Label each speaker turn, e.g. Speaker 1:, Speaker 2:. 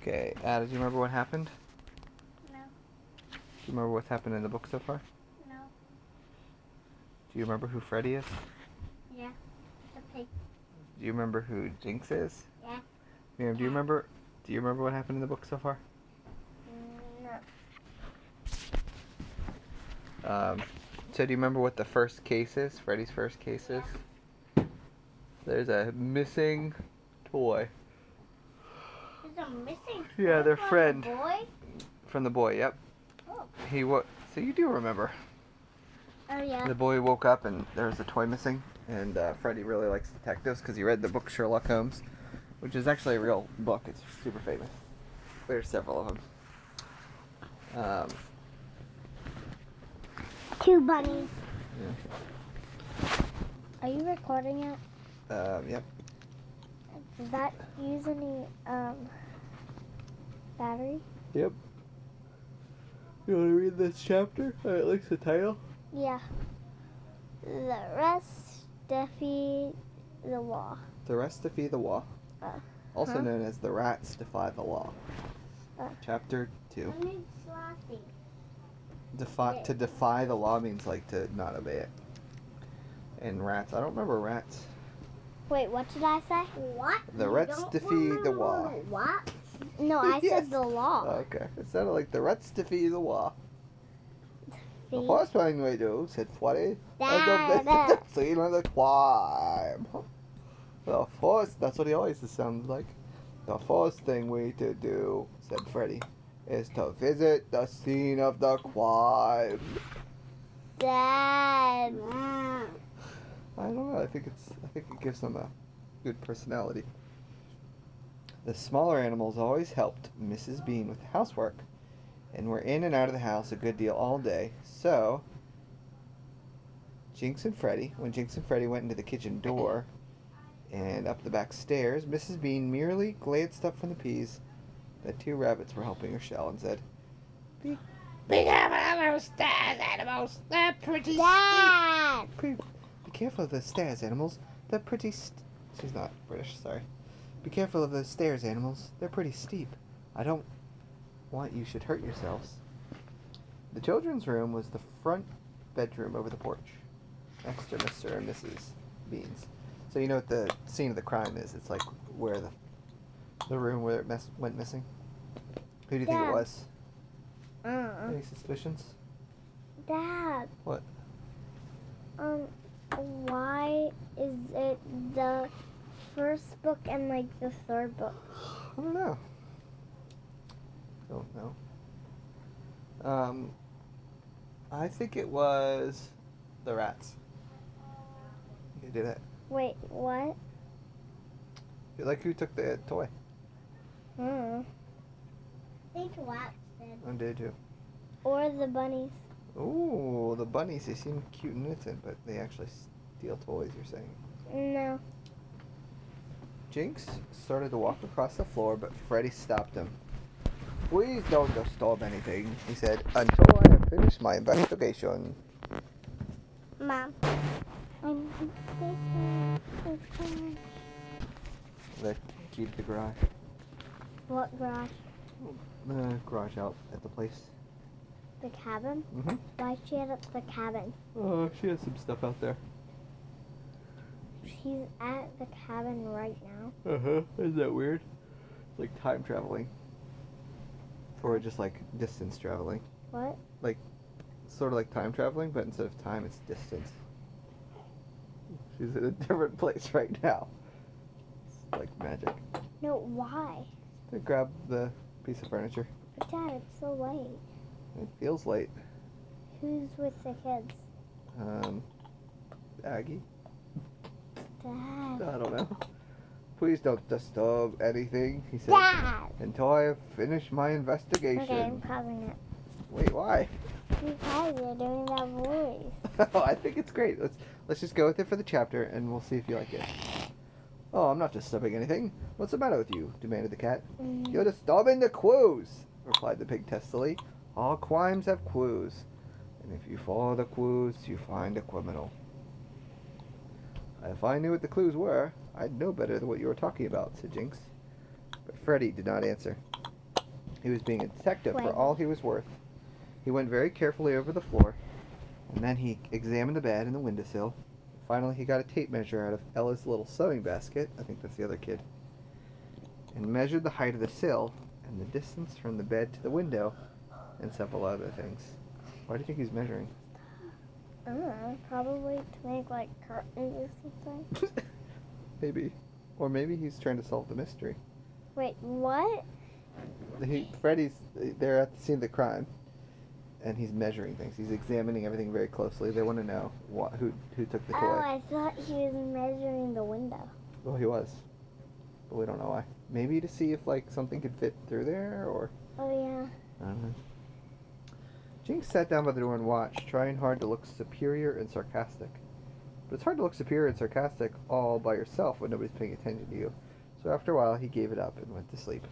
Speaker 1: Okay, Ada, do you remember what happened?
Speaker 2: No.
Speaker 1: Do you remember what's happened in the book so far?
Speaker 2: No.
Speaker 1: Do you remember who Freddy is?
Speaker 2: Yeah. The pig.
Speaker 1: Do you remember who Jinx is?
Speaker 2: Yeah.
Speaker 1: Miriam, do you remember? Do you remember what happened in the book so far?
Speaker 2: No.
Speaker 1: Um, so do you remember what the first case is? Freddy's first case is? There's a missing toy
Speaker 2: There's a missing.
Speaker 1: Yeah,
Speaker 2: toy
Speaker 1: their
Speaker 2: from the
Speaker 1: friend.
Speaker 2: Boy.
Speaker 1: from the boy. Yep.
Speaker 2: Oh.
Speaker 1: He what? So you do remember?
Speaker 2: Oh yeah.
Speaker 1: The boy woke up and there was a toy missing, and uh, Freddy really likes detectives because he read the book Sherlock Holmes, which is actually a real book. It's super famous. There's several of them. Um,
Speaker 2: Two bunnies.
Speaker 1: yeah.
Speaker 2: Are you recording it?
Speaker 1: Um, yep.
Speaker 2: Does that use any um battery?
Speaker 1: Yep. You want to read this chapter? Or at least the title?
Speaker 2: Yeah. The rest defy the law.
Speaker 1: The rest defy the law.
Speaker 2: Uh,
Speaker 1: also
Speaker 2: huh?
Speaker 1: known as the rats defy the law.
Speaker 2: Uh.
Speaker 1: Chapter 2.
Speaker 2: I mean sloppy.
Speaker 1: Defy, to defy the law means like to not obey it. And rats, I don't remember rats.
Speaker 2: Wait, what did I say? What?
Speaker 1: The rats defy the law.
Speaker 2: What? No, I
Speaker 1: Yes. Uh,
Speaker 2: said the law.
Speaker 1: Okay, it sounded like the rats defy the law. The
Speaker 2: See?
Speaker 1: first thing we do, said Freddy,
Speaker 2: Da,
Speaker 1: is
Speaker 2: da.
Speaker 1: the scene of the crime. The first, that's what he always sounds like. The first thing we to do, said Freddy, is to visit the scene of the crime.
Speaker 2: Dad.
Speaker 1: I don't know. I think it's. I think it gives them a good personality. The smaller animals always helped Mrs. Bean with housework, and were in and out of the house a good deal all day. So, Jinx and Freddie, when Jinx and Freddie went into the kitchen door and up the back stairs, Mrs. Bean merely glanced up from the peas that two rabbits were helping her shell and said, "Be,
Speaker 3: Big animals, stars, animals, they're pretty
Speaker 2: Dad.
Speaker 1: Be, be careful of those stairs, animals. They're pretty. St- She's not British, sorry. Be careful of those stairs, animals. They're pretty steep. I don't want you should hurt yourselves. The children's room was the front bedroom over the porch, next to Mr. and Mrs. Beans. So you know what the scene of the crime is? It's like where the the room where it mess- went missing. Who do you think
Speaker 2: Yeah. Uh.
Speaker 1: it was?
Speaker 3: Uh-uh.
Speaker 1: Any suspicions?
Speaker 2: Dad.
Speaker 1: What?
Speaker 2: Um, why is it the first book and like the third book?
Speaker 1: I don't know. Don't know. Um, I think it was the rats. You did it.
Speaker 2: Wait, what?
Speaker 1: Like who took the toy?
Speaker 2: Hmm. I think what?
Speaker 1: I did too.
Speaker 2: Or the bunnies.
Speaker 1: Ooh, the bunnies. They seem cute and innocent, but they actually steal toys. You're saying.
Speaker 2: No.
Speaker 1: Jinx started to walk across the floor, but Freddy stopped him. Please don't disturb anything, he said, until I have finished my investigation.
Speaker 2: Mom. I'm thinking of going-
Speaker 1: Let's keep the garage,
Speaker 2: What garage?
Speaker 1: the garage out at the place.
Speaker 2: The cabin?
Speaker 1: Mhm.
Speaker 2: Why she at the cabin?
Speaker 1: Oh, she has some stuff out there.
Speaker 2: She's at the cabin right now.
Speaker 1: Uh huh. Isn't that weird? It's like time traveling. Or just like distance traveling.
Speaker 2: What?
Speaker 1: Sort of like time traveling, but instead of time, it's distance. She's in a different place right now. It's like magic.
Speaker 2: No, why?
Speaker 1: They grab the piece of furniture.
Speaker 2: But Dad, it's so late.
Speaker 1: It feels late.
Speaker 2: Who's with the kids?
Speaker 1: Um, Aggie? I
Speaker 2: Dad.
Speaker 1: don't know. Please don't disturb anything, he said.
Speaker 2: Dad!
Speaker 1: Until I have finished my investigation.
Speaker 2: Okay, I'm pausing it.
Speaker 1: Wait, why?
Speaker 2: Because you're doing that voice.
Speaker 1: oh, I think it's great. Let's let's just go with it for the chapter, and we'll see if you like it. Oh, I'm not disturbing anything. What's the matter with you? demanded the cat. You're disturbing the clues, replied the pig testily. All crimes have clues, and if you follow the clues, you find a criminal. If I knew what the clues were, I'd know better than what you were talking about," said Jinx. But Freddy did not answer. He was being a detective for
Speaker 2: Wagon.
Speaker 1: all he was worth. He went very carefully over the floor, and then he examined the bed and the windowsill. Finally, he got a tape measure out of Ella's little sewing basket. I think that's the other kid. And measured the height of the sill and the distance from the bed to the window, and several other things. Why do you think he's measuring?
Speaker 2: I don't know. Mm, uh, Probably to make like curtains or something.
Speaker 1: maybe, or maybe he's trying to solve the mystery.
Speaker 2: Wait, what?
Speaker 1: he, Freddy's they're at the scene of the crime, and he's measuring things. He's examining everything very closely. They want to know what, who who took the
Speaker 2: Oh,
Speaker 1: toy.
Speaker 2: I thought he was measuring the window.
Speaker 1: Well, he was, but we don't know why. Maybe to see if like something could fit through there, or
Speaker 2: Oh yeah.
Speaker 1: I don't know. Jinx sat down by the door and watched, trying hard to look superior and sarcastic. But it's hard to look superior and sarcastic all by yourself when nobody's paying attention to you. So after a while, he gave it up and went to sleep.